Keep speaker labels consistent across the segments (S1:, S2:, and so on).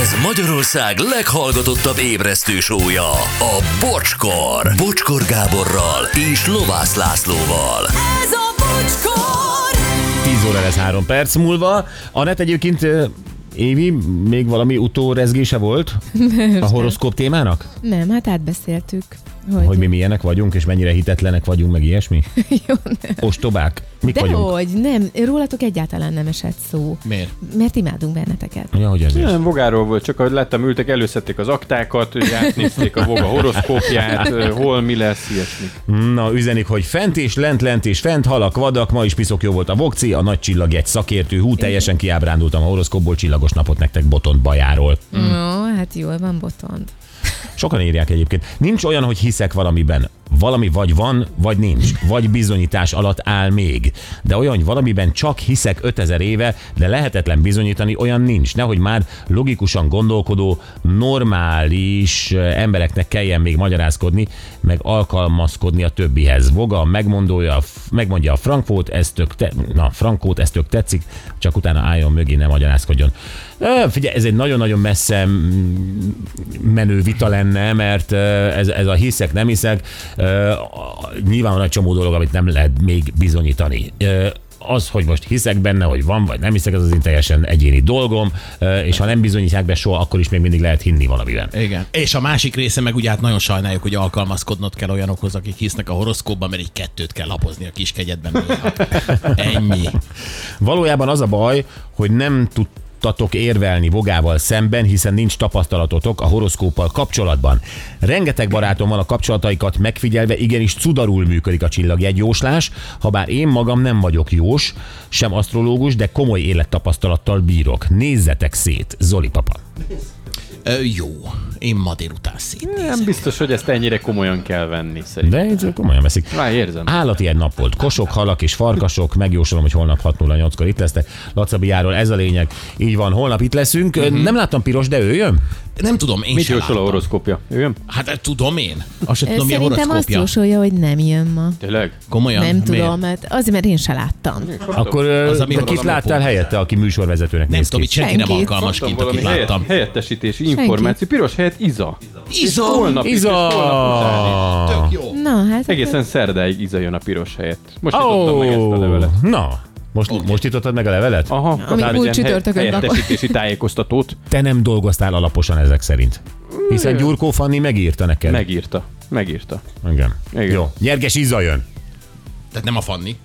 S1: Ez Magyarország leghallgatottabb ébresztő sója, a Bocskor. Bocskor Gáborral és Lovász Lászlóval.
S2: Ez a bocskor!
S3: 10 óra lesz 3 perc múlva. Anett egyébként ö, Évi, még valami utórezgése volt a horoszkóp témának?
S4: Nem, hát átbeszéltük, hogy,
S3: Hogy mi milyenek vagyunk, és mennyire hitetlenek vagyunk, meg ilyesmi?
S4: jó, nem.
S3: Ostobák? Mik
S4: De
S3: vagyunk?
S4: hogy, nem, rólatok egyáltalán nem esett szó.
S5: Miért?
S4: Mert imádunk benneteket.
S3: Ja, hogy ezért.
S6: Nem, vogáról volt, csak ahogy láttam, ültek, előszedték az aktákat, ugye átnézték a voga horoszkópját, ö, hol mi lesz, ilyesmi.
S3: Na, üzenik, hogy fent és lent, lent és fent, halak, vadak, ma is piszok jó volt a vokci, a nagy csillag egy szakértő, hú, teljesen kiábrándultam a horoszkópból, csillagos napot nektek botont bajáról.
S4: Mm. No, hát jól van, botond.
S3: Sokan írják egyébként. Nincs olyan, hogy hiszek valamiben. Valami vagy van, vagy nincs. Vagy bizonyítás alatt áll még. De olyan, hogy valamiben csak hiszek 5000 éve, de lehetetlen bizonyítani, olyan nincs. Nehogy már logikusan gondolkodó, normális eh, embereknek kelljen még magyarázkodni, meg alkalmazkodni a többihez. Voga a megmondója, megmondja a frankót, ez tök, te, na, frankót, ez tök tetszik, csak utána álljon mögé, ne magyarázkodjon. Ö, Figyelj, ez egy nagyon-nagyon messze mm, menő vita lenne, mert ö, ez, ez a hiszek, nem hiszek, ö, a- nyilván van egy csomó dolog, amit nem lehet még bizonyítani. Ö, Az, hogy most hiszek benne, hogy van, vagy nem hiszek, ez az én teljesen egyéni dolgom, ö, és ha nem bizonyítják be soha, akkor is még mindig lehet hinni valamiben.
S5: Igen. És a másik része meg ugye hát nagyon sajnáljuk, hogy alkalmazkodnod kell olyanokhoz, akik hisznek a horoszkóban, mert egy kettőt kell lapozni a kis kegyedben. néha. Ennyi.
S3: Valójában az a baj, hogy nem tudtatok érvelni vogával szemben, hiszen nincs tapasztalatotok a horoszkóppal kapcsolatban. Rengeteg barátom van a kapcsolataikat megfigyelve, igenis cudarul működik a csillagjegyjóslás, ha bár én magam nem vagyok jós, sem asztrológus, de komoly élettapasztalattal bírok. Nézzetek szét, Zoli papa.
S5: Ö, jó. Én ma délután szét.
S6: Nem biztos, hogy ezt ennyire komolyan kell venni, szerintem.
S3: De Hát, ez komolyan veszik.
S6: Már érzem.
S3: Állati egy nap volt. Kosok, halak és farkasok. Megjósolom, hogy holnap 6.08-kor itt lesztek. Lacabiáról ez a lényeg. Így van, holnap itt leszünk. Mm-hmm. Nem láttam piros, de ő jön?
S5: Nem tudom, én
S6: Mit
S5: sem
S6: jósol a
S5: láttam.
S6: horoszkópja? Jöjjön?
S5: Hát eh, tudom én. Azt sem
S4: Ö,
S5: tudom, mi a
S4: Szerintem azt
S5: horoszkópja.
S4: jósolja, hogy nem jön ma.
S6: Tényleg?
S5: Komolyan?
S4: nem
S5: Miért?
S4: tudom, mert azért, mert én se láttam.
S3: Akkor
S5: Az,
S3: az,
S5: ami
S3: de
S5: hol
S3: kit
S5: az a
S3: láttál
S5: napon?
S3: helyette, aki műsorvezetőnek
S5: Nem
S3: néz ki?
S5: tudom, itt senki nem
S4: Senki.
S5: alkalmas
S6: Tudom,
S5: kint, akit
S6: helyet,
S5: láttam.
S6: helyettesítési információ. Piros helyett Iza.
S5: Izom!
S6: Holnap itt és holnap utáni.
S3: Iza!
S5: Tök jó.
S4: Na, hát
S6: Egészen szerdáig Iza jön a piros helyett. Most nyitottam meg ezt a
S3: Ó,
S6: levelet.
S3: na, most, most jutottad meg a levelet?
S6: Aha,
S4: Ami
S6: tehát
S4: múlt
S6: ilyen
S4: csütörtökön
S6: hely-
S4: rakott.
S6: Helyettesítési tájékoztatót
S3: Te nem dolgoztál alaposan ezek szerint. Hiszen Gyurkó Fanni megírta neked.
S6: megírta. Megírta.
S3: Igen.
S6: Igen.
S3: Jó, nyerges Iza jön.
S5: Tehát nem a Fanni.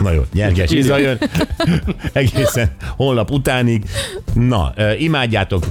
S3: Na jó, nyerges Iza jön. Egészen holnap utánig. Na, ö, imádjátok,